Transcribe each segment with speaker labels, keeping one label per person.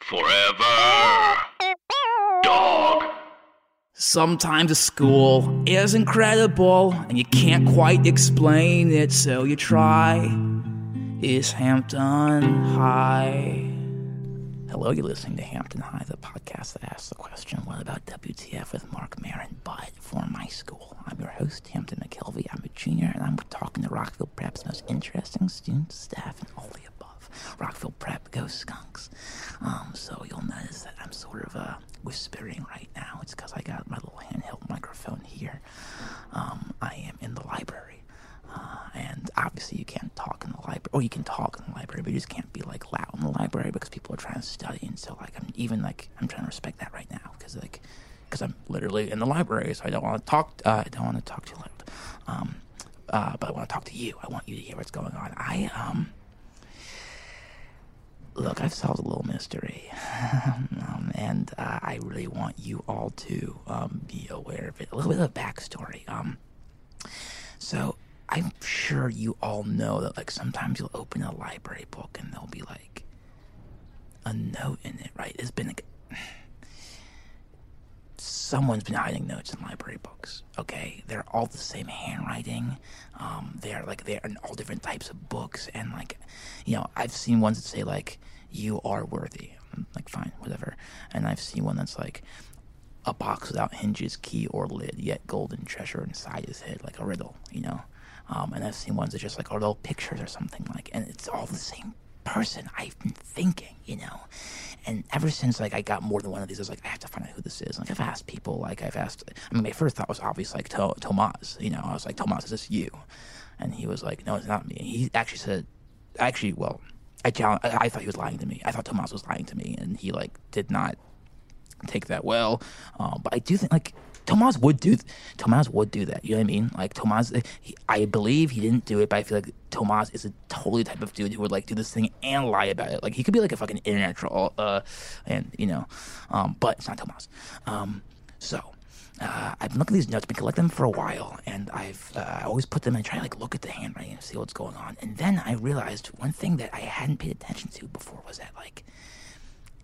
Speaker 1: Forever. Dog.
Speaker 2: Sometimes a school is incredible and you can't quite explain it, so you try. Is Hampton High? Hello, you're listening to Hampton High, the podcast that asks the question, What about WTF with Mark Marin? But for my school. I'm your host, Hampton McKelvey. I'm a junior and I'm talking to Rockville Prep's most interesting students, staff, and all the above. Rockville Prep, go skunks. Um, so you'll notice that I'm sort of uh, whispering right now. It's because I got my little handheld microphone here. Um, I am in the library. Uh, and obviously, you can't talk in the library. Or you can talk in the library, but you just can't be like loud in the library because people are trying to study. And so, like, I'm even like I'm trying to respect that right now because like because I'm literally in the library, so I don't want to talk. Uh, I don't want to talk too loud. Um, uh, but I want to talk to you. I want you to hear what's going on. I um. Look, I've solved a little mystery, um, and uh, I really want you all to um, be aware of it. A little bit of backstory. Um, so I'm sure you all know that like sometimes you'll open a library book and there'll be like a note in it, right? There's been like someone's been hiding notes in library books. Okay, they're all the same handwriting. Um, they're like they're in all different types of books, and like, you know, I've seen ones that say like "You are worthy," I'm like fine, whatever. And I've seen one that's like a box without hinges, key or lid, yet golden treasure inside is hid, like a riddle, you know. Um, and I've seen ones that just like are little pictures or something like, and it's all the same person I've been thinking, you know. And ever since like I got more than one of these, I was like, I have to find out who this is. Like I've asked people, like I've asked. I mean, my first thought was obvious, like to- Tomas, you know. I was like, Tomas, is this you? And he was like, No, it's not me. And he actually said, actually, well, I challenge. I, I thought he was lying to me. I thought Tomas was lying to me, and he like did not take that well. Um, but I do think like Tomas would do th- Tomas would do that. You know what I mean? Like Tomas, eh, he, I believe he didn't do it, but I feel like Tomas is a totally type of dude who would like do this thing and lie about it. Like he could be like a fucking internet troll, uh, and you know, um, but it's not Tomas. Um, so. Uh, I've been looking at these notes, been collecting them for a while, and I've uh, I always put them and try to like look at the handwriting and see what's going on. And then I realized one thing that I hadn't paid attention to before was that like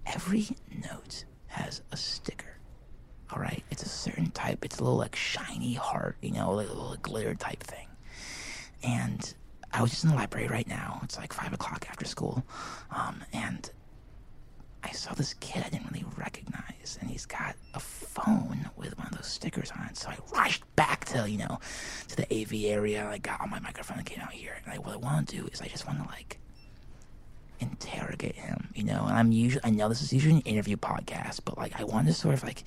Speaker 2: every note has a sticker. All right, it's a certain type. It's a little like shiny heart, you know, like a little glitter type thing. And I was just in the library right now. It's like five o'clock after school, um, and I saw this kid I didn't really recognize, and he's got a phone with one of those stickers on it. So I rushed back to you know to the AV area. and I got on my microphone and came out here. And I, what I want to do is I just want to like interrogate him, you know. And I'm usually I know this is usually an interview podcast, but like I want to sort of like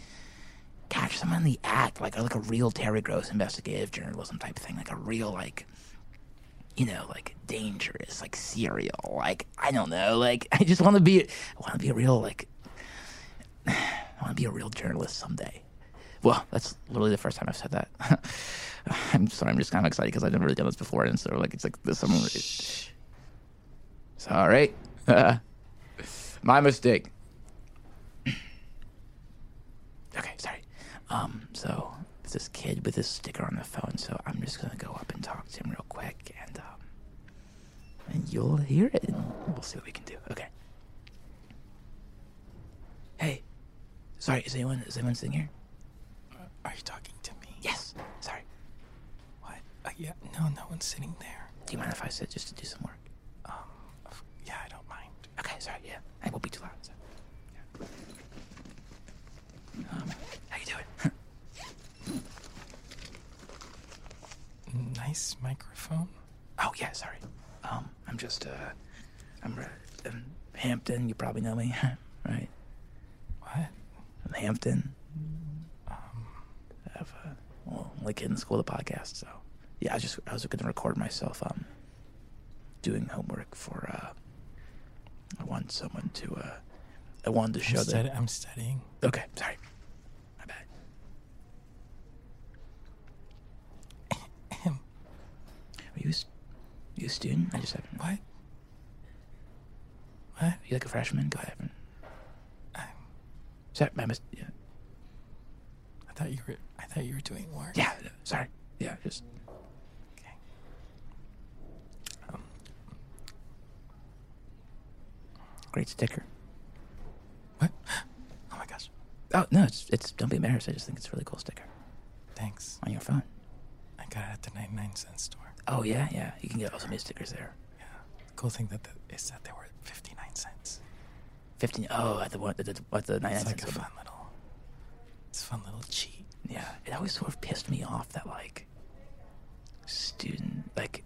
Speaker 2: catch someone in the act, like like a real Terry Gross investigative journalism type thing, like a real like you know, like dangerous, like serial, like I don't know, like I just want to be, I want to be a real like, I want to be a real journalist someday. Well, that's literally the first time I've said that. I'm sorry, I'm just kind of excited because I've never really done this before, and so like it's like this. I'm, it's all right, my mistake. okay, sorry. Um, so it's this kid with this sticker on the phone, so I'm just gonna go up and talk to him real quick, and um, and you'll hear it. And we'll see what we can do. Okay. Hey, sorry. Is anyone is anyone sitting here?
Speaker 3: Are you talking to me?
Speaker 2: Yes. Sorry.
Speaker 3: What? Uh, yeah. No, no one's sitting there.
Speaker 2: Do you mind if I sit just to do some work?
Speaker 3: Yeah, I don't mind.
Speaker 2: Okay. Sorry. Yeah. I won't be too loud. So. Yeah.
Speaker 3: this microphone?
Speaker 2: Oh yeah, sorry. Um, I'm just uh, I'm, uh, um Hampton. You probably know me, right?
Speaker 3: What?
Speaker 2: I'm Hampton. Um, I've uh, well, only kid in school with a podcast, so yeah. I was just I was going to record myself um doing homework for uh. I want someone to uh, I wanted to show
Speaker 3: I'm,
Speaker 2: that.
Speaker 3: stud- I'm studying.
Speaker 2: Okay, sorry, my bad. Are you a, s- you a student? I just haven't.
Speaker 3: What? What?
Speaker 2: You like a freshman? Go ahead. and-
Speaker 3: I'm,
Speaker 2: Sorry, my mis- yeah,
Speaker 3: I thought you were. I thought you were doing work.
Speaker 2: yeah, yeah, sorry. Yeah, just
Speaker 3: Okay.
Speaker 2: great sticker.
Speaker 3: What? Oh my gosh.
Speaker 2: Oh no, it's it's don't be embarrassed. I just think it's a really cool sticker
Speaker 3: Thanks.
Speaker 2: on your phone.
Speaker 3: I got it at the 99 cent store.
Speaker 2: Oh yeah, yeah. You can get all so many stickers there.
Speaker 3: Yeah. The cool thing that the, is that they were 59 cents.
Speaker 2: Fifteen. Oh, at the one, at the, at the nine.
Speaker 3: It's like a fun little. It's a fun little cheat.
Speaker 2: Yeah, it always sort of pissed me off that like student like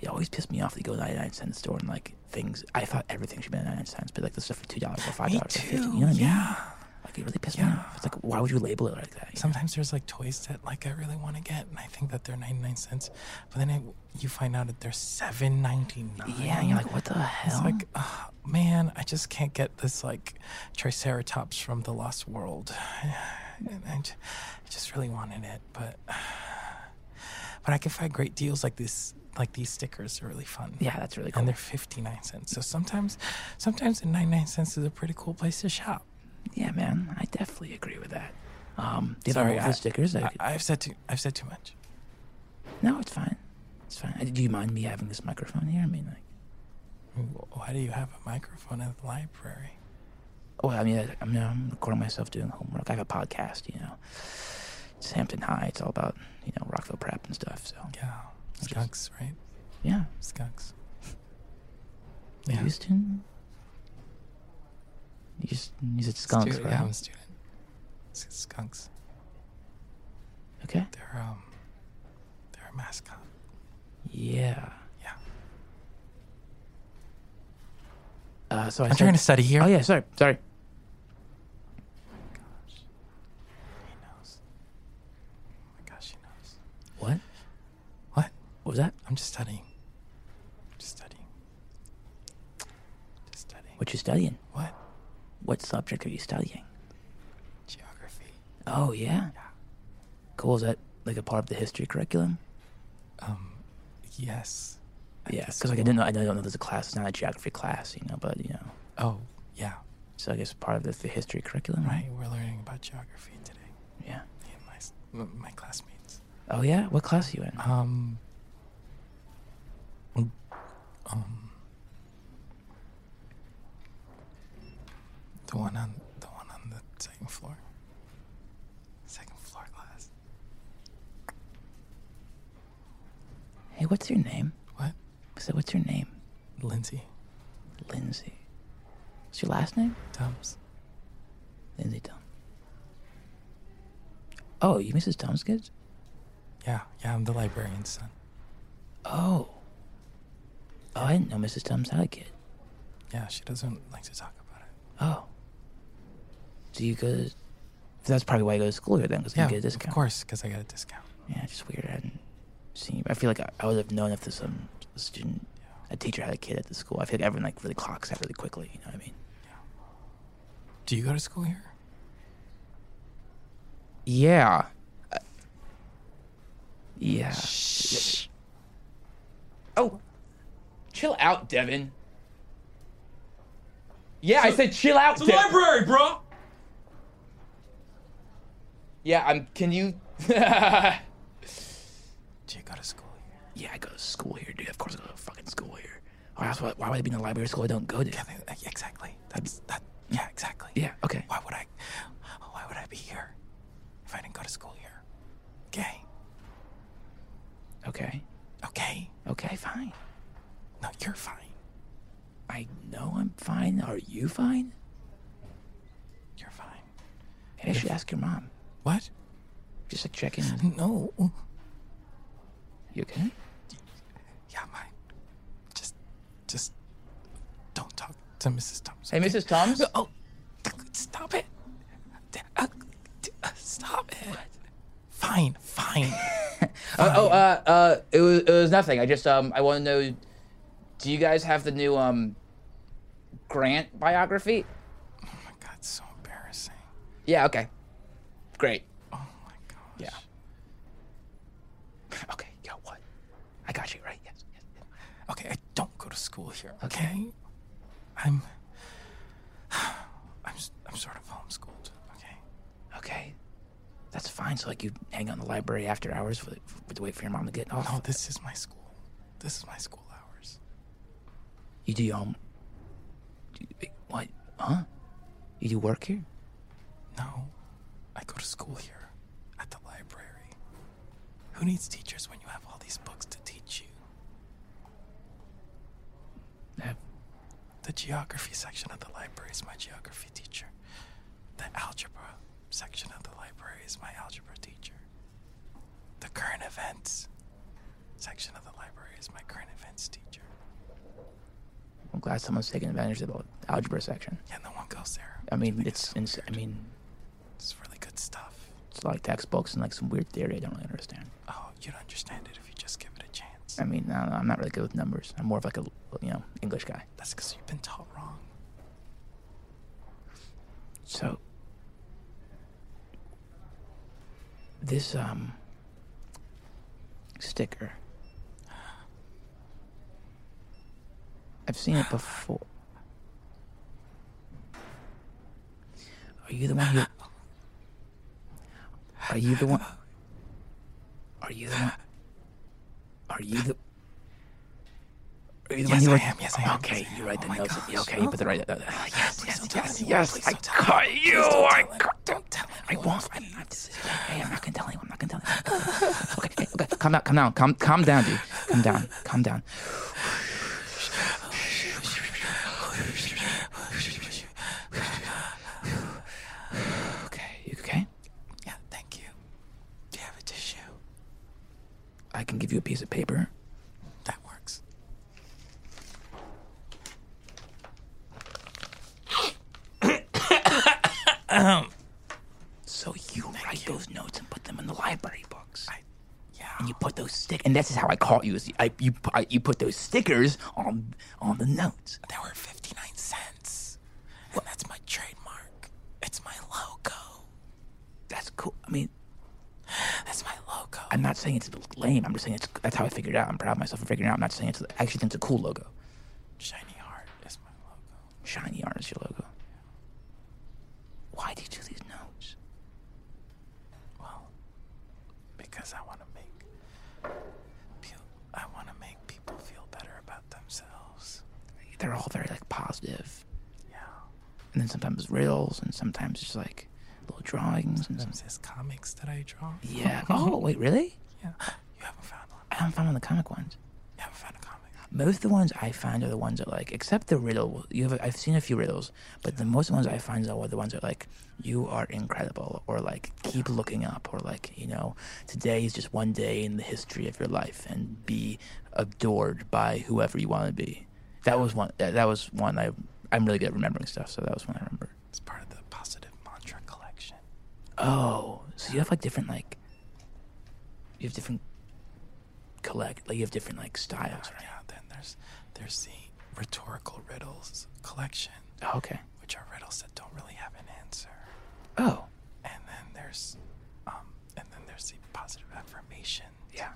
Speaker 2: it always pissed me off that you go to the 99 cent store and like things I thought everything should be 99 cents, but like the stuff for two dollars or five
Speaker 3: Me
Speaker 2: dollars or
Speaker 3: too.
Speaker 2: fifty. You know what I mean?
Speaker 3: yeah.
Speaker 2: Like it really pissed me
Speaker 3: Yeah.
Speaker 2: off. It's like why would you label it like that? you know?
Speaker 3: Sometimes there's like toys that like I really want to get, and I think that they're 99 cents, but then I, you find out that they're 7.99.
Speaker 2: yeah, and you're like, what the hell?
Speaker 3: It's like, ah, man, I just can't get this like Triceratops from the Lost World. And I j- I just really wanted it, but but I can find great deals like this. Like these stickers are really fun.
Speaker 2: yeah, that's really cool.
Speaker 3: And they're 59 cents. So sometimes, sometimes the 99 cents is a pretty cool place to shop.
Speaker 2: yeah, man, I definitely agree with that. Um, do you have
Speaker 3: Sorry,
Speaker 2: all those
Speaker 3: I-
Speaker 2: stickers? I,
Speaker 3: I, I've said too, I've said too much.
Speaker 2: no, it's fine. It's fine. Uh, Do you mind me having this microphone here? I mean, like,
Speaker 3: I mean, wh- Why do you have a microphone at the library?
Speaker 2: Well, Oh, I mean, I, I'm, I'm recording myself doing homework. I have a podcast, you know. It's Hampton High. It's all about, you know, Rockville prep and stuff. So,
Speaker 3: Yeah, skunks, right?
Speaker 2: yeah.
Speaker 3: Skunks.
Speaker 2: yeah.
Speaker 3: Yeah.
Speaker 2: You a student? You just you said skunks,
Speaker 3: Stu-
Speaker 2: right?
Speaker 3: Yeah, I'm a student. S- Skunks.
Speaker 2: Okay.
Speaker 3: They're um, they're a mascot.
Speaker 2: Yeah.
Speaker 3: Yeah.
Speaker 2: Uh, so I
Speaker 3: I'm trying to
Speaker 2: said-
Speaker 3: study here.
Speaker 2: Oh, yeah. Sorry. Sorry.
Speaker 3: He knows. Oh my gosh, he knows.
Speaker 2: What?
Speaker 3: What?
Speaker 2: What was that?
Speaker 3: I'm just studying. Just studying. Just studying.
Speaker 2: What you studying?
Speaker 3: What?
Speaker 2: What subject are you studying?
Speaker 3: Geography.
Speaker 2: Oh, yeah. Cool. Is that like a part of the history curriculum?
Speaker 3: Um, yes. I
Speaker 2: Yeah.
Speaker 3: guess
Speaker 2: Because like I
Speaker 3: so.
Speaker 2: didn't know. I don't know. There's a class. It's not a geography class, you know. But you know.
Speaker 3: Oh, yeah.
Speaker 2: So I guess part of the, the history curriculum,
Speaker 3: Right. We're learning about geography today.
Speaker 2: Yeah.
Speaker 3: Me and my s- m- my classmates.
Speaker 2: Oh yeah. What class are you in?
Speaker 3: Um. Um. The one on the one on the second floor. Second floor class.
Speaker 2: Hey, what's your name?
Speaker 3: What?
Speaker 2: So what's your name?
Speaker 3: Lindsay
Speaker 2: Lindsay. What's your last name?
Speaker 3: Tums.
Speaker 2: Lindsay Tom. Oh, you Mrs. Tom's kids?
Speaker 3: Yeah, yeah. I'm the librarian's son.
Speaker 2: Oh. Oh, I didn't know Mrs. Tom's had a kid.
Speaker 3: Yeah, she doesn't like to talk about it.
Speaker 2: Oh. Do you go? To, that's probably why you go to school here then, because
Speaker 3: Yeah,
Speaker 2: you get a discount.
Speaker 3: of course, because I got a discount.
Speaker 2: Yeah, it's just weird. I hadn't seen. I feel like I, I would have known if there's some student, a teacher had a kid at the school. I feel like everyone like really clocks that really quickly. You know what I mean?
Speaker 3: Do you go to school here?
Speaker 2: Yeah. Uh, Yeah. Oh, chill out, Devin. Yeah, I said chill out, Devin.
Speaker 4: library, bro.
Speaker 2: Yeah, I'm. Can you? yeah,
Speaker 3: Do you go to school here?
Speaker 2: I go to school here, dude. Of course, I go to fucking school here. Or else, why, why would I be in the library of school I don't go to?
Speaker 3: I think- uh, Exactly. That's that. Yeah, exactly.
Speaker 2: Yeah. Okay.
Speaker 3: Why would I? Why would I be here if I didn't go to school here? Okay.
Speaker 2: Okay.
Speaker 3: Okay.
Speaker 2: Okay. Fine.
Speaker 3: No, you're fine.
Speaker 2: I know I'm fine. Are you fine?
Speaker 3: You're fine.
Speaker 2: Maybe I should ask your mom.
Speaker 3: What?
Speaker 2: Just like check in.
Speaker 3: No.
Speaker 2: You okay?
Speaker 3: Yeah, mine. Just, just don't talk to Mrs. Thompson.
Speaker 2: Hey, Mrs. Thoms.
Speaker 3: Oh, stop it. Uh, Stop it. Fine, fine.
Speaker 2: Uh, oh, uh, uh, it was it was nothing. I just um, I want to know, do you guys have the new um, Grant biography?
Speaker 3: Oh my god, so embarrassing.
Speaker 2: Yeah. Okay. Great.
Speaker 3: Oh my gosh.
Speaker 2: Yeah. Okay. Yeah. What? I got you right. Yes. yes, yes.
Speaker 3: Okay, I don't go to school here. Okay. I'm. I'm. s- I'm sort of homeschooled. Okay.
Speaker 2: Okay. That's fine. So like you hang out in the library after hours for, for to wait for your mom to get off.
Speaker 3: No, Oh, this is my school. This is my school hours.
Speaker 2: You do your own. Do you- what? Huh? You do work here?
Speaker 3: No, I go to school here, at the library. Who needs teachers when you have all these books to teach you?
Speaker 2: Uh,
Speaker 3: The geography section of the library is my geography teacher. The algebra section of the library is my algebra teacher. The current events section of the library is my current events teacher.
Speaker 2: I'm glad someone's taking advantage of the algebra section.
Speaker 3: Yeah, no one goes there.
Speaker 2: I mean, it's, it's I mean,
Speaker 3: It's really good stuff.
Speaker 2: it's like textbooks and like some weird theory I don't really understand.
Speaker 3: Oh, you'd understand it if you just give it a chance.
Speaker 2: I mean, I don't know, I'm not really good with numbers. I'm more of like a you know English guy.
Speaker 3: That's because you've been taught wrong.
Speaker 2: So this um sticker I've seen it before. Are you the one who Are you the one Are you the one Are you the are you the
Speaker 3: Yes,
Speaker 2: one who
Speaker 3: I
Speaker 2: wrote-
Speaker 3: am. Yes, I am.
Speaker 2: Okay,
Speaker 3: Yes, I
Speaker 2: you
Speaker 3: am.
Speaker 2: write
Speaker 3: Oh
Speaker 2: the
Speaker 3: my
Speaker 2: notes.
Speaker 3: gosh.
Speaker 2: Okay, you put the right. Uh, yes,
Speaker 3: please
Speaker 2: yes,
Speaker 3: don't tell
Speaker 2: yes,
Speaker 3: anyone.
Speaker 2: yes.
Speaker 3: Please
Speaker 2: I
Speaker 3: don't tell
Speaker 2: got you.
Speaker 3: don't tell
Speaker 2: I
Speaker 3: anyone.
Speaker 2: got.
Speaker 3: Don't tell
Speaker 2: I
Speaker 3: anyone.
Speaker 2: won't. I'm not. This is, hey, I'm not gonna tell anyone. I'm not gonna tell anyone. okay, okay, okay. Calm down. Calm down. Calm, calm down, dude. Calm down. Calm down. Okay, you okay?
Speaker 3: Yeah, thank you. Do you have a tissue?
Speaker 2: I can give you a piece of paper.
Speaker 3: That works.
Speaker 2: So you write those notes and put them in the library books.
Speaker 3: Yeah.
Speaker 2: and you put those stick, and this is how I caught you. Is I, you I, you put those stickers on on the notes.
Speaker 3: They were 59 cents. And that's my trademark. It's my logo.
Speaker 2: That's cool. I mean,
Speaker 3: That's my logo.
Speaker 2: I'm not saying it's lame. I'm just saying it's that's how I figured it out. I'm proud of myself for figuring it out. I'm not saying it's. I actually think it's a cool logo.
Speaker 3: Shiny Heart is my logo.
Speaker 2: Shiny orange your logo. Why do you do these notes?
Speaker 3: Well, because I want to make peo- I want to make people feel better about themselves.
Speaker 2: They're all very like positive,
Speaker 3: Yeah.
Speaker 2: and then sometimes reels, and sometimes just like little drawings and some.
Speaker 3: Is this comics that I draw?
Speaker 2: Yeah. Oh wait, really?
Speaker 3: Yeah. You haven't found one.
Speaker 2: I haven't found one of the comic ones.
Speaker 3: You haven't found a comic.
Speaker 2: Most of the ones I find are the ones that like, except the riddle. You have I've seen a few riddles, but the most ones I find are the ones that like, you are incredible, or like, keep looking up, or like, you know, today is just one day in the history of your life, and be adored by whoever you want to be. That was one. That that was one I. I'm really good at remembering stuff, so that was one I remember.
Speaker 3: It's part of the positive mantra collection.
Speaker 2: Oh, so you have like different like. You have different. Collect like you have different like styles, right?
Speaker 3: Yeah. Then there's there's the rhetorical riddles collection,
Speaker 2: Oh, okay.
Speaker 3: which are riddles that don't really have an answer.
Speaker 2: Oh,
Speaker 3: And then there's, um, and then there's the positive affirmation
Speaker 2: yeah.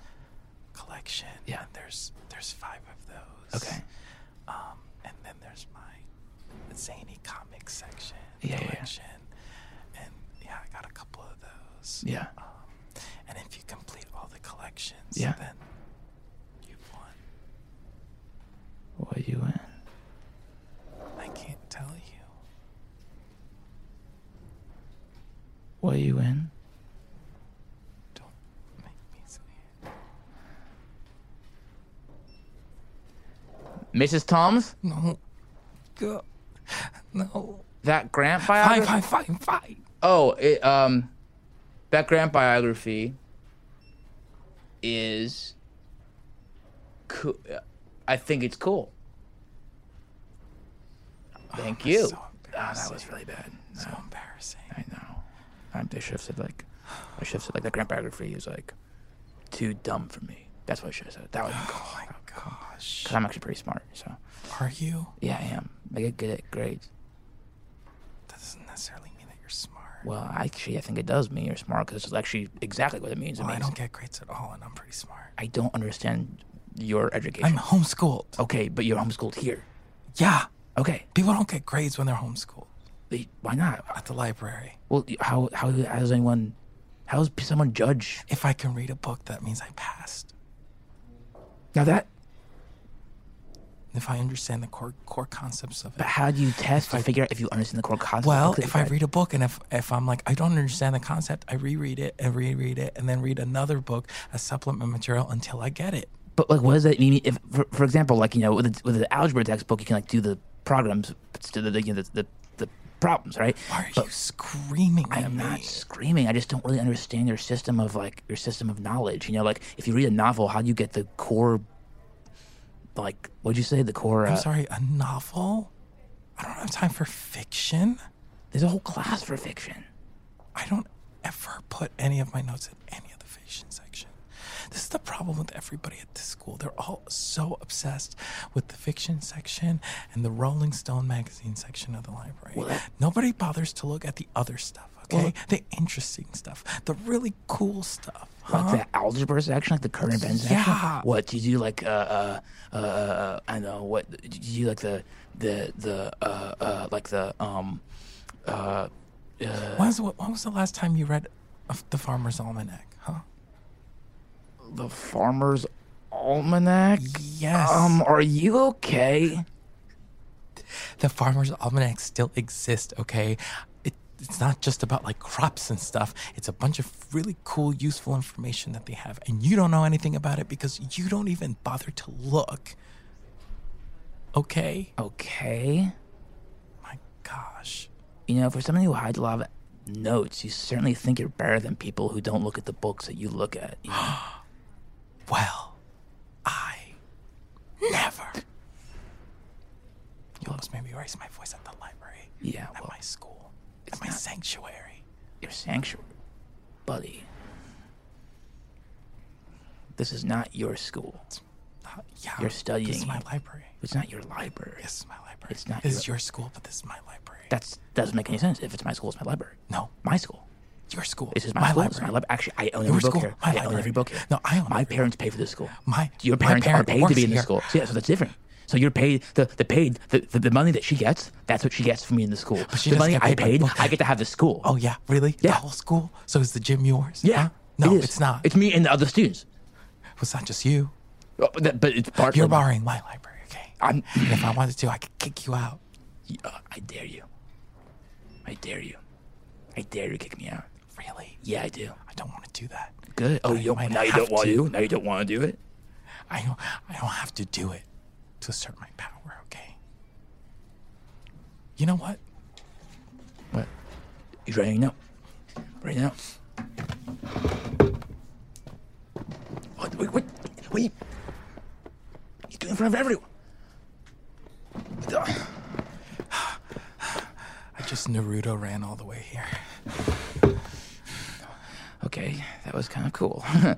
Speaker 3: collection.
Speaker 2: Yeah.
Speaker 3: And there's there's five of those.
Speaker 2: Okay.
Speaker 3: Um, and then there's my zany comic section
Speaker 2: Yeah, yeah, yeah.
Speaker 3: collection. And yeah, I got a couple of those.
Speaker 2: Yeah.
Speaker 3: Um, and if you complete all the collections,
Speaker 2: Yeah.
Speaker 3: then you've won.
Speaker 2: What are you in?
Speaker 3: I can't tell you.
Speaker 2: What are you in?
Speaker 3: Don't make me say it.
Speaker 2: Mrs. Toms?
Speaker 3: No. Go. No.
Speaker 2: That Grant
Speaker 3: Fine,
Speaker 2: biography?
Speaker 3: fine, fine, fine.
Speaker 2: Oh, it, um, that Grant biography is cool. uh, I think it's cool. Thank Oh,
Speaker 3: that's
Speaker 2: you.
Speaker 3: so
Speaker 2: Ah, that was really bad. No,
Speaker 3: So embarrassing.
Speaker 2: I know. Um, they should have said like, I should have said like the grand biography is like too dumb for me. That's what I should have said. That would have been cool.
Speaker 3: Oh my gosh.
Speaker 2: Cause I'm actually pretty smart. So
Speaker 3: Are you?
Speaker 2: yeah, I am. I get good at grades.
Speaker 3: That doesn't necessarily mean that you're smart.
Speaker 2: Well, actually, I think it does mean you're smart because it's actually exactly what it means. It
Speaker 3: Well, Oh, I
Speaker 2: means
Speaker 3: don't get grades at all, and I'm pretty smart.
Speaker 2: I don't understand your education.
Speaker 3: I'm homeschooled.
Speaker 2: okay, but you're homeschooled here.
Speaker 3: Yeah.
Speaker 2: Okay,
Speaker 3: People don't get grades when they're homeschooled
Speaker 2: they- why not?
Speaker 3: at the library.
Speaker 2: Well, how how how does anyone how does someone judge?
Speaker 3: If I can read a book, that means I passed.
Speaker 2: Now that,
Speaker 3: If I understand the core core concepts of it.
Speaker 2: but how do you test to figure out if you understand the core concept?
Speaker 3: Well,
Speaker 2: Because
Speaker 3: if I read a book and if, if I'm like, I don't understand the concept, I reread it and reread it and then read another book as supplement material until I get it.
Speaker 2: but like, what does that mean? If, for, for example, like you know, with the, with the algebra textbook, you can like do the programs, the the you know, the, the, the problems, right?
Speaker 3: Why are you screaming at
Speaker 2: I'm
Speaker 3: me?
Speaker 2: not screaming. I just don't really understand your system of like your system of knowledge. You know, like if you read a novel, how do you get the core? Like, what'd you say? The core. Uh,
Speaker 3: I'm sorry, a novel? I don't have time for fiction.
Speaker 2: There's a whole class for fiction.
Speaker 3: I don't ever put any of my notes in any of the fiction section. This is the problem with everybody at this school. They're all so obsessed with the fiction section and the Rolling Stone magazine section of the library. Nobody bothers to look at the other stuff, okay? the interesting stuff, the really cool stuff.
Speaker 2: Like
Speaker 3: huh?
Speaker 2: the algebra section, like the current events
Speaker 3: Yeah.
Speaker 2: section. What do you do? Like, uh, uh, uh, uh, I don't know. What do you do? Like the the the uh, uh like the um uh
Speaker 3: When was, when was the last time you read of the Farmer's Almanac, huh?
Speaker 2: the farmer's almanac.
Speaker 3: Yes.
Speaker 2: Um, are you okay?
Speaker 3: the farmer's almanac still exists okay it, it's not just about like crops and stuff it's a bunch of really cool useful information that they have and you don't know anything about it because you don't even bother to look okay
Speaker 2: Okay.
Speaker 3: my gosh
Speaker 2: You know, for somebody who hides a lot of notes, you certainly think you're better than people who don't look at the books that you look at. you know?
Speaker 3: well i never you almost made me raise my voice at the library
Speaker 2: yeah,
Speaker 3: at
Speaker 2: well,
Speaker 3: my school at my sanctuary
Speaker 2: your sanctuary, buddy. This is not your school.
Speaker 3: Uh, yeah
Speaker 2: You're
Speaker 3: this is
Speaker 2: studying.
Speaker 3: my library
Speaker 2: It's not your library.
Speaker 3: this is my library
Speaker 2: It's not
Speaker 3: this
Speaker 2: your-
Speaker 3: is your school but this is my library
Speaker 2: That's doesn't make any sense. If it's my school, it's my library.
Speaker 3: no
Speaker 2: My school.
Speaker 3: Your school.
Speaker 2: This is my, school. It's my library. Actually, I own
Speaker 3: Your
Speaker 2: every book
Speaker 3: school.
Speaker 2: here.
Speaker 3: My
Speaker 2: I own
Speaker 3: library.
Speaker 2: every book here.
Speaker 3: No, I own
Speaker 2: My
Speaker 3: every
Speaker 2: parents pay for this school.
Speaker 3: My-
Speaker 2: your
Speaker 3: my
Speaker 2: parents
Speaker 3: parent
Speaker 2: are paid to
Speaker 3: works
Speaker 2: be in this
Speaker 3: here.
Speaker 2: school. So yeah, so that's different. So you're paid the, the paid the, the, the money that she gets. That's what she gets from me in the school.
Speaker 3: she
Speaker 2: the
Speaker 3: doesn't
Speaker 2: money
Speaker 3: get
Speaker 2: I
Speaker 3: paid by the
Speaker 2: paid,
Speaker 3: book.
Speaker 2: I get to have the school.
Speaker 3: Oh yeah, really? The
Speaker 2: Yeah.
Speaker 3: whole school. So is the gym yours?
Speaker 2: yeah.
Speaker 3: Huh? No,
Speaker 2: it is.
Speaker 3: it's not.
Speaker 2: It's me and the other students.
Speaker 3: it's not just you.
Speaker 2: Oh, But, that- but it's part.
Speaker 3: You're
Speaker 2: of, the-
Speaker 3: borrowing my library, okay?
Speaker 2: I'm.
Speaker 3: and if I wanted to, I could kick you out.
Speaker 2: Uh, I dare you. I dare you. I dare you kick me out.
Speaker 3: Really?
Speaker 2: Yeah, I do.
Speaker 3: I don't want to do that.
Speaker 2: Good. Oh,
Speaker 3: But I
Speaker 2: you
Speaker 3: might
Speaker 2: now you
Speaker 3: have
Speaker 2: don't want
Speaker 3: to.
Speaker 2: to. Now you don't want to do it.
Speaker 3: I don't. I don't have to do it to assert my power, okay? You know what?
Speaker 2: What? He's right now. Right now. What? Wait, what? What are you? He's doing it in front of everyone. What the-
Speaker 3: I just Naruto ran all the way here.
Speaker 2: Okay, that was kind of cool.
Speaker 3: I'm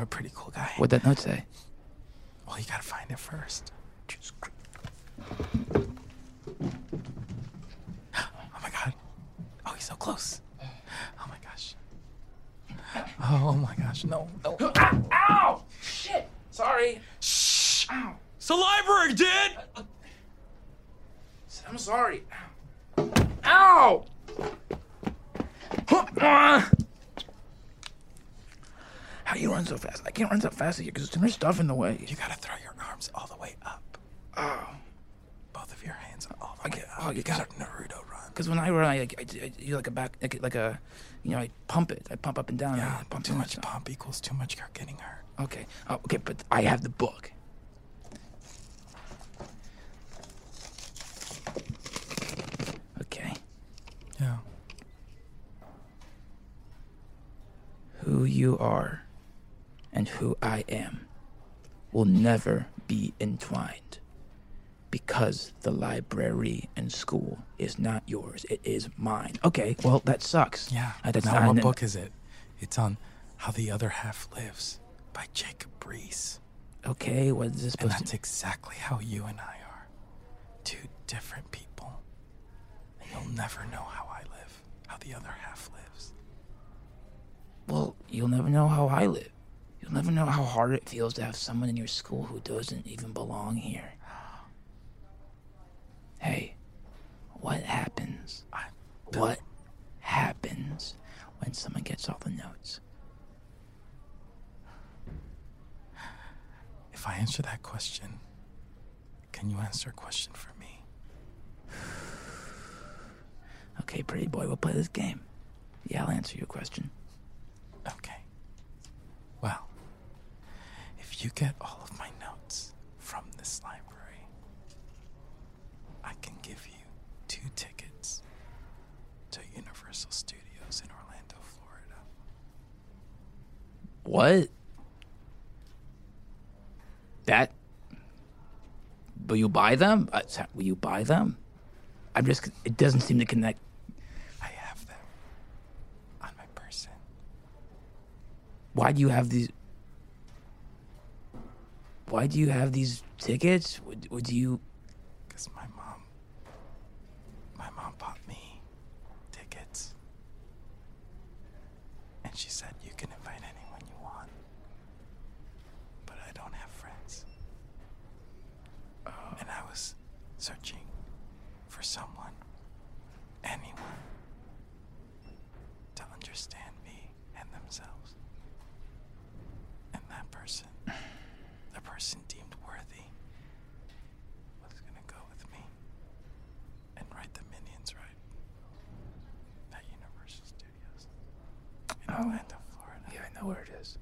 Speaker 3: a pretty cool guy.
Speaker 2: What'd that note say?
Speaker 3: Well, you gotta find it first. Jesus Christ. Oh my god. Oh, he's so close. Oh my gosh. Oh my gosh. No, no.
Speaker 2: Ow! Shit! Sorry.
Speaker 3: Shh. It's a library, dude.
Speaker 2: I'm sorry. Ow! How you run so fast? I can't run so fast here because there's too much stuff in the way.
Speaker 3: You gotta throw your arms all the way up. Oh. Both of your hands are all the way up.
Speaker 2: oh,
Speaker 3: you
Speaker 2: you
Speaker 3: gotta Naruto run.
Speaker 2: Because when I run, I, like, I, I do like a back, like, like a, you know, I pump it. I pump up and down.
Speaker 3: Yeah,
Speaker 2: I pump
Speaker 3: too
Speaker 2: and
Speaker 3: much
Speaker 2: down.
Speaker 3: pump equals too much you're getting hurt.
Speaker 2: Okay. Oh, okay, but I have the book. Okay.
Speaker 3: Yeah.
Speaker 2: Who you are and who I am. will never be entwined because the library and school is not yours. It is mine. Okay, well, that sucks.
Speaker 3: Yeah.
Speaker 2: Uh, that's
Speaker 3: now,
Speaker 2: not
Speaker 3: what
Speaker 2: an-
Speaker 3: book is it? It's on How the Other Half Lives by Jacob Reese.
Speaker 2: Okay, what is this
Speaker 3: And
Speaker 2: supposed
Speaker 3: that's
Speaker 2: to
Speaker 3: exactly how you and I are. Two different people. And you'll never know how I live, how the other half lives.
Speaker 2: Well, you'll never know how I live. You'll never know how hard it feels to have someone in your school who doesn't even belong here. Hey, what happens? What happens when someone gets all the notes?
Speaker 3: If I answer that question, can you answer a question for me?
Speaker 2: Okay, pretty boy, we'll play this game. Yeah, I'll answer your question.
Speaker 3: Okay. Well, if you get all of my notes from this library, I can give you two tickets to Universal Studios in Orlando, Florida.
Speaker 2: What? That? Will you buy them? Uh, so- will you buy them? I'm just. It doesn't seem to connect.
Speaker 3: I have them on my person.
Speaker 2: Why do you have these? Why do you have these tickets? Would, would you?
Speaker 3: Because my mom, my mom bought me tickets. And she said, you can invite anyone you want. But I don't have friends. and I was searching for someone, anyone, to understand me and themselves. And that person, the person deemed worthy, was gonna go with me and write the Minions ride at Universal Studios in Orlando, Florida.
Speaker 2: Oh. Yeah, I know where it is.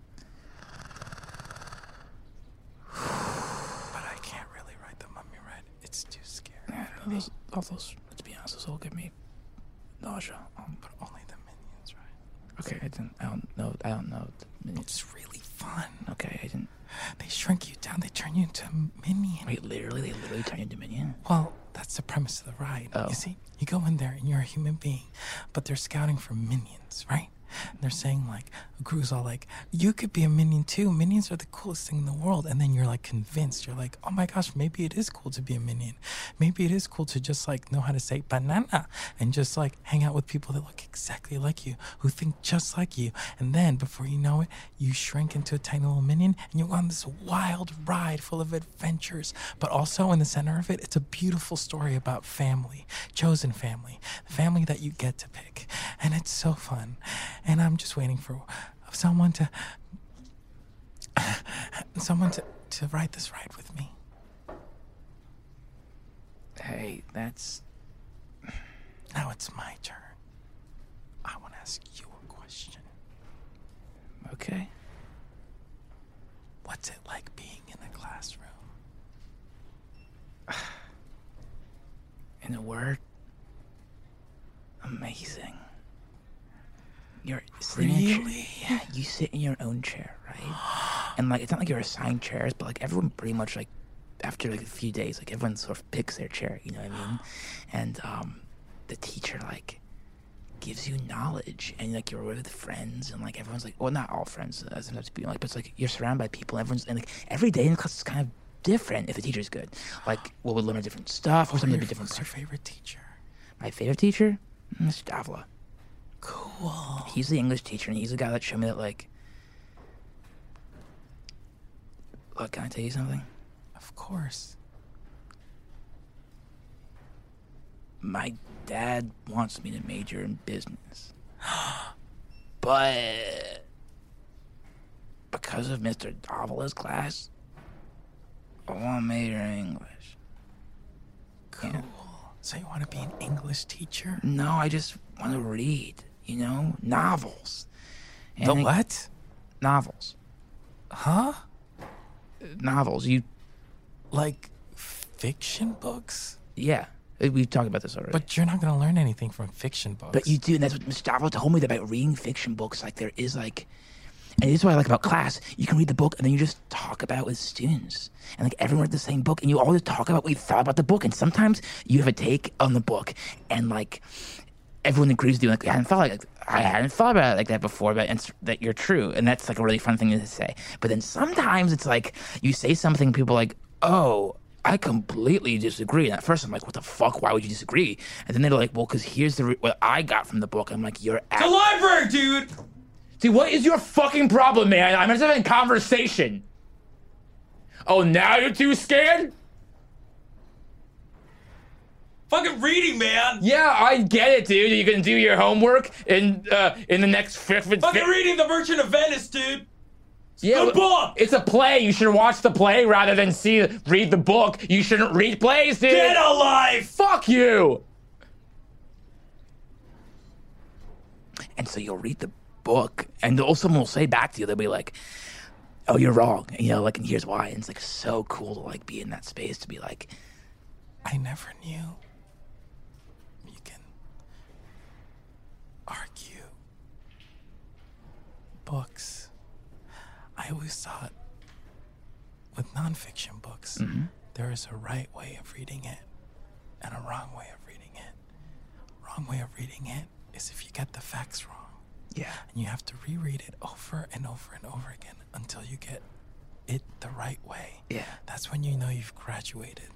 Speaker 3: But I can't really write the Mummy ride. It's too scary. for me.
Speaker 2: Those, all those. Let's be honest. This will give me
Speaker 3: Oh,
Speaker 2: nausea. Um,
Speaker 3: But only the Minions ride.
Speaker 2: okay, I didn't. I don't know. I don't know. the minutes.
Speaker 3: It's really fun.
Speaker 2: Okay, I didn't.
Speaker 3: They shrink you down. They turn you into a minion.
Speaker 2: Wait, literally, they literally turn you into minion.
Speaker 3: Well, that's the premise of the ride.
Speaker 2: Oh.
Speaker 3: You see, you go in there and you're a human being, but they're scouting for minions, right? And they're saying like, Gru's all like, you could be a minion too. Minions are the coolest thing in the world. And then you're like convinced. You're like, oh my gosh, maybe it is cool to be a minion. Maybe it is cool to just like know how to say banana and just like hang out with people that look exactly like you, who think just like you. And then before you know it, you shrink into a tiny little minion and you go on this wild ride full of adventures. But also in the center of it, it's a beautiful story about family, chosen family, the family that you get to pick. And it's so fun. And I'm just waiting for someone to someone to, to ride this ride with me.
Speaker 2: Hey, that's.
Speaker 3: Now it's my turn. I want to ask you a question.
Speaker 2: Okay.
Speaker 3: What's it like being in a classroom?
Speaker 2: In a word, amazing. You're sitting in a chair-
Speaker 3: Really?
Speaker 2: yeah, you sit in your own chair, right? And like, it's not like you're assigned chairs, but like everyone pretty much like after like a few days, like everyone sort of picks their chair. You know what I mean? And um, the teacher like gives you knowledge and like you're with friends and like everyone's like well not all friends uh, sometimes people like but it's like you're surrounded by people everyone's and like every day in class is kind of different if the teacher's good like we'll learn different stuff or something
Speaker 3: Your-
Speaker 2: will be different
Speaker 3: Who's your favorite teacher?
Speaker 2: my favorite teacher, Mr. Davila.
Speaker 3: Cool.
Speaker 2: He's the English teacher, and he's the guy that showed me that, like. Look, can I tell you something?
Speaker 3: Of course.
Speaker 2: My dad wants me to major in business. but. Because of Mr. Davila's class, I want to major in English.
Speaker 3: Cool. So you want to be an English teacher?
Speaker 2: No, I just want to read, you know? Novels. And
Speaker 3: The
Speaker 2: I-
Speaker 3: what?
Speaker 2: Novels.
Speaker 3: Huh?
Speaker 2: Novels. You
Speaker 3: Like fiction books?
Speaker 2: Yeah, Uh, we've talked about this already.
Speaker 3: But you're not going to learn anything from fiction books.
Speaker 2: but you do, and that's what Mr. Davila told me that about reading fiction books. Like there is like, And this is what I like about class. You can read the book and then you just talk about it with students. And like everyone read the same book and you all just talk about what you thought about the book. And sometimes you have a take on the book and like everyone agrees with you. Like I hadn't thought like I hadn't thought about it like that before, but it's, that you're true. And that's like a really fun thing to say. But then sometimes it's like you say something, people are like, oh, I completely disagree. And at first, I'm like, what the fuck? Why would you disagree? And then they're like, well, because here's the re- what I got from the book. I'm like, you're
Speaker 4: The
Speaker 2: out.
Speaker 4: library, dude!
Speaker 2: See, what is your fucking problem, man? I'm just having a conversation. Oh, now you're too scared?
Speaker 4: Fucking reading, man!
Speaker 2: Yeah, I get it, dude. You can do your homework in uh, in the next fifth.
Speaker 4: Fucking reading The Merchant of Venice, dude!
Speaker 2: Yeah,
Speaker 4: The
Speaker 2: well,
Speaker 4: book!
Speaker 2: It's a play. You should watch the play rather than see read the book. You shouldn't read plays, dude.
Speaker 4: Get a life!
Speaker 2: Fuck you. And so you'll read the book, and also someone will say back to you, they'll be like, "Oh, you're wrong," you know, like, and here's why. And it's like so cool to like be in that space to be like,
Speaker 3: I never knew you can argue books. I always thought with nonfiction books, there is a right way of reading it and a wrong way of reading it. Wrong way of reading it is if you get the facts wrong
Speaker 2: "Yeah,
Speaker 3: and you have to reread it over and over and over again until you get it the right way.
Speaker 2: yeah."
Speaker 3: That's when you know you've graduated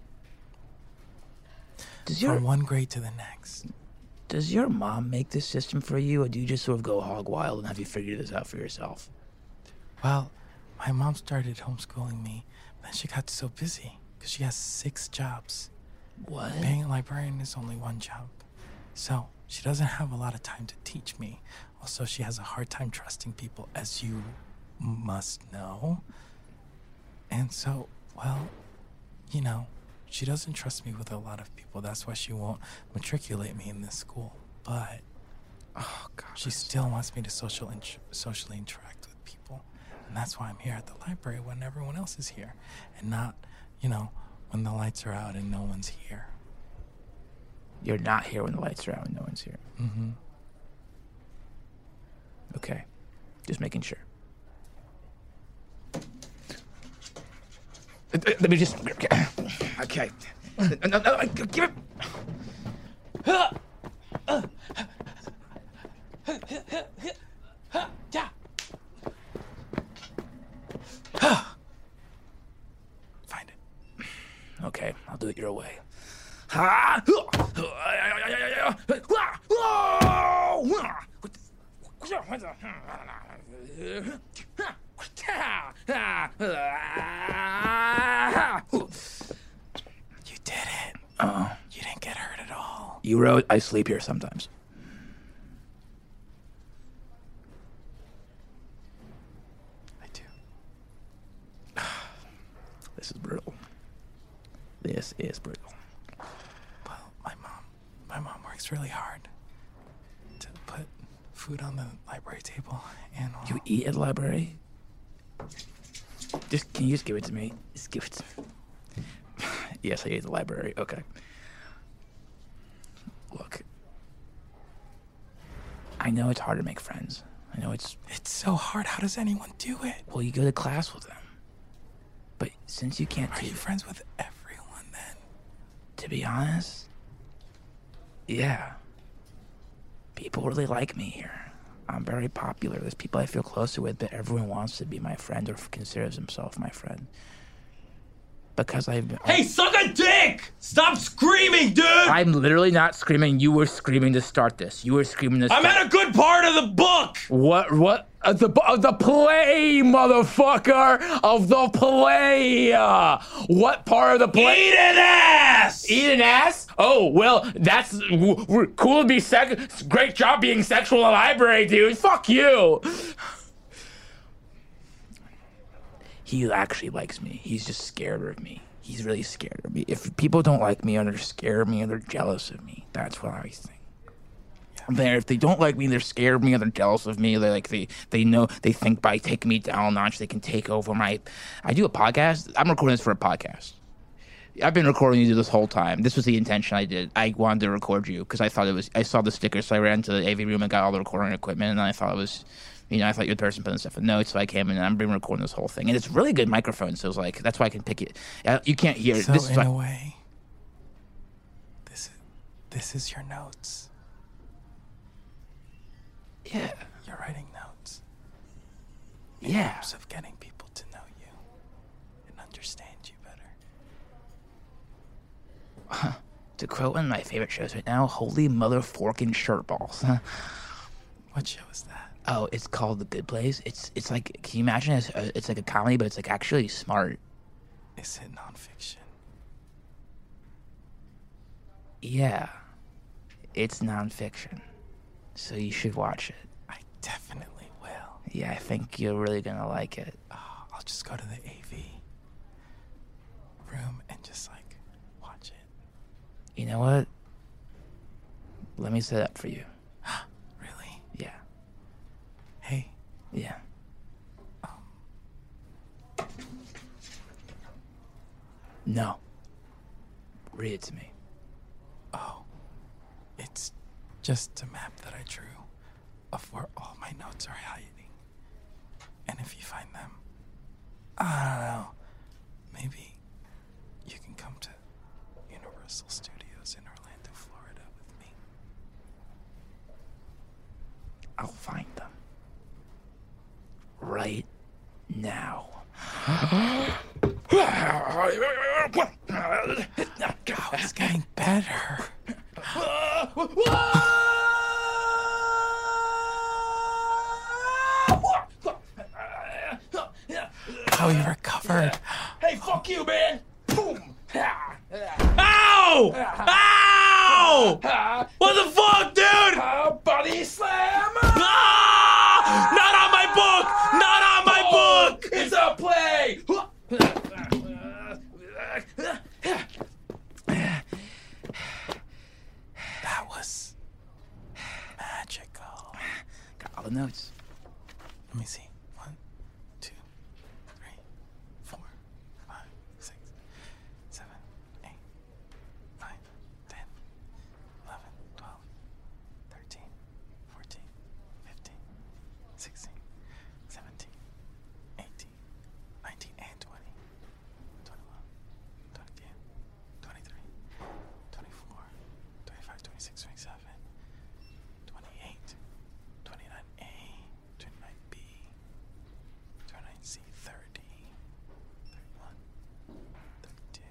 Speaker 2: Does
Speaker 3: from
Speaker 2: your
Speaker 3: one grade to the next.
Speaker 2: does your mom make this system for you, or do you just sort of go hog wild and have you figured this out for yourself?
Speaker 3: Well, my mom started homeschooling me, but then she got so busy because she has six jobs.
Speaker 2: What?
Speaker 3: Being a librarian is only one job. So she doesn't have a lot of time to teach me. Also, she has a hard time trusting people, as you must know. And so, well, you know, she doesn't trust me with a lot of people. That's why she won't matriculate me in this school. But she still wants me to social int- socially interact with people. And that's why I'm here at the library when everyone else is here and not, you know, when the lights are out and no one's here.
Speaker 2: You're not here when the lights are out and no one's here. Mm-hmm. Okay. Just making sure. Uh, uh, Let me just. Okay. No, no, no, give it.
Speaker 3: Find it.
Speaker 2: Okay, I'll do it your way. Ha!
Speaker 3: You did it. Oh. You didn't get hurt at all.
Speaker 2: You wrote, I sleep here sometimes.
Speaker 3: I do.
Speaker 2: This is brutal. This is brutal.
Speaker 3: Well, my mom, my mom works really hard to put food on the library table and all.
Speaker 2: You e- eat at the library? Just can you just give it to me? Just give it to me. yes, I eat at the library. Okay. Look. I know it's hard to make friends. I know it's
Speaker 3: it's so hard. How does anyone do it?
Speaker 2: well, you go to class with them. But since you can't
Speaker 3: Are
Speaker 2: do
Speaker 3: you
Speaker 2: that,
Speaker 3: friends with everyone then?
Speaker 2: to be honest, yeah. People really like me here. I'm very popular. There's people I feel closer with, but everyone wants to be my friend or f- considers himself my friend. Because I've been.
Speaker 4: Hey, suck a dick! Stop screaming, dude!
Speaker 2: I'm literally not screaming. You were screaming to start this. You were screaming to
Speaker 4: I'm
Speaker 2: start
Speaker 4: at a good part of the book!
Speaker 2: What? What? Uh, the, uh, the play, motherfucker! Of the play! Uh, what part of the play?
Speaker 4: Eat an ass!
Speaker 2: Eat an ass? Oh, well, that's w- w- cool to be sex. Great job being sexual in the library, dude. Fuck you. He actually likes me. He's just scared of me. He's really scared of me. If people don't like me or they're scared of me or they're jealous of me, that's what I think. There, if they don't like me, they're scared of me, or they're jealous of me. They like they they know they think by taking me down a notch, they can take over my. I do a podcast. I'm recording this for a podcast. I've been recording you this whole time. This was the intention I did. I wanted to record you because I thought it was. I saw the sticker, so I ran to the AV room and got all the recording equipment, and I thought it was you know, I thought you were the person putting stuff in notes, so I came in and I'm been recording this whole thing. And it's really good microphone, so it's like that's why I can pick it. Uh, You can't hear it.
Speaker 3: So
Speaker 2: this is
Speaker 3: in
Speaker 2: why-
Speaker 3: a way, this is this is your notes.
Speaker 2: yeah,
Speaker 3: You're writing notes.
Speaker 2: yeah.
Speaker 3: Hopes of getting people to know you and understand you better.
Speaker 2: To quote one of my favorite shows right now, "Holy mother forking shirt balls."
Speaker 3: What show is that?
Speaker 2: Oh, it's called The Good Place. It's it's like can you imagine? It's, uh, it's like a comedy, but it's like actually smart.
Speaker 3: Is it nonfiction?
Speaker 2: Yeah, it's nonfiction, so you should watch it.
Speaker 3: I definitely will. Ah,
Speaker 2: Yeah, I think you're really gonna like it.
Speaker 3: I'll just go to the AV room and just like watch it.
Speaker 2: You know what? Let me set it up for you.
Speaker 3: Really?
Speaker 2: Yeah,
Speaker 3: Hey,
Speaker 2: yeah. No. Read it to me.
Speaker 3: it's just a map that I drew of where all my notes are hiding. And if you find them, I don't know. Maybe you can come to Universal Studios in Orlando, Florida with me.
Speaker 2: I'll find them. Right now.
Speaker 3: It's getting better. How Oh, you recovered?
Speaker 4: Hey, fuck you, man! Boom! Ow! Ow! What the fuck, dude?
Speaker 2: Body slam!
Speaker 4: Ah! Not on my book! Not on my book!
Speaker 2: It's a play!
Speaker 3: That was magical.
Speaker 2: Got all the notes.
Speaker 3: Let me see. One, two, three, four, five, six, seven, eight, nine, ten, eleven, twelve, thirteen, fourteen, fifteen, sixteen, seventeen, eighteen, nineteen, and twenty. Twenty-one, twenty-two, twenty-three, twenty-four, twenty-five, twenty-six, twenty-seven, twenty-eight. 29A, 29B, 29C, 30, 31, 32,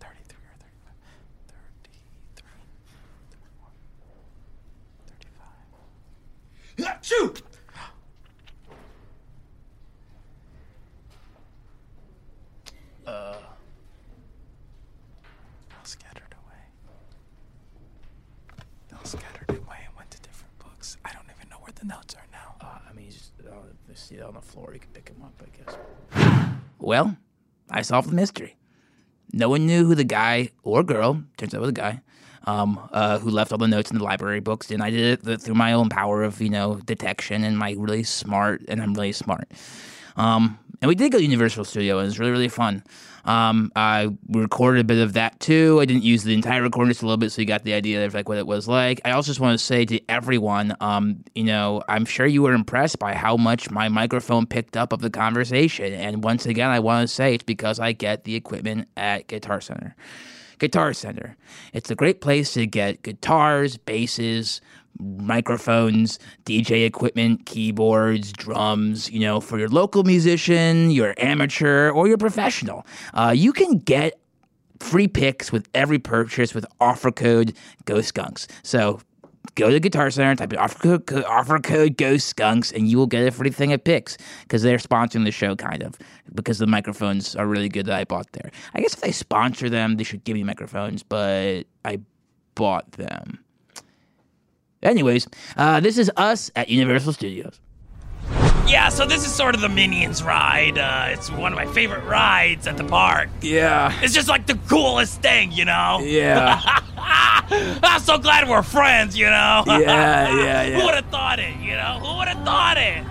Speaker 3: 33 or 35, 33, 34, 35.
Speaker 4: Shoot!
Speaker 3: all scattered away. All scattered away and went to different books. I don't even know where the notes are now.
Speaker 2: Uh, I mean, you just uh, you see it on the floor. You can pick him up, I guess. Well, I solved the mystery. No one knew who the guy or girl turns out it was a guy um, uh, who left all the notes in the library books, and I did it th- through my own power of you know detection and my really smart and I'm really smart. Um, and we did go to Universal Studio, and it was really really fun. Um, I recorded a bit of that too. I didn't use the entire recording, just a little bit, so you got the idea of like what it was like. I also just want to say to everyone, um, you know, I'm sure you were impressed by how much my microphone picked up of the conversation. And once again, I want to say it's because I get the equipment at Guitar Center. Guitar Center. It's a great place to get guitars, basses, microphones, DJ equipment, keyboards, drums, you know, for your local musician, your amateur, or your professional. Uh, you can get free picks with every purchase with offer code Go Skunks. So go to Guitar Center, type in offer code, co- offer code Go Skunks, and you will get a free thing of picks because they're sponsoring the show, kind of, because the microphones are really good that I bought there. I guess if they sponsor them, they should give me microphones, but I bought them. Anyways, uh, this is us at Universal Studios.
Speaker 4: Yeah, so this is sort of the Minions ride. Uh, it's one of my favorite rides at the park.
Speaker 2: Yeah,
Speaker 4: It's just like the coolest thing, you know?
Speaker 2: yeah.
Speaker 4: I'm so glad we're friends, you know?
Speaker 2: Yeah, yeah, yeah.
Speaker 4: Who would have thought it, you know? Who would have thought it?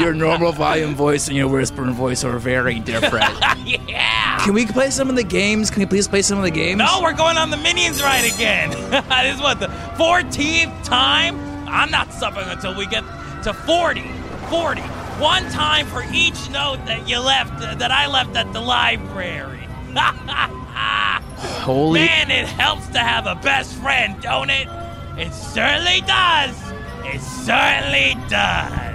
Speaker 2: your normal volume voice and your whispering voice are very different.
Speaker 4: yeah!
Speaker 2: Can we play some of the games? Can we please play some of the games?
Speaker 4: No, we're going on the Minions ride again. this is what, the 14th time? I'm not stopping until we get to 40. 40. One time for each note that you left, that I left at the library.
Speaker 5: Holy.
Speaker 4: Man, it helps to have a best friend, don't it? It certainly does. It certainly does.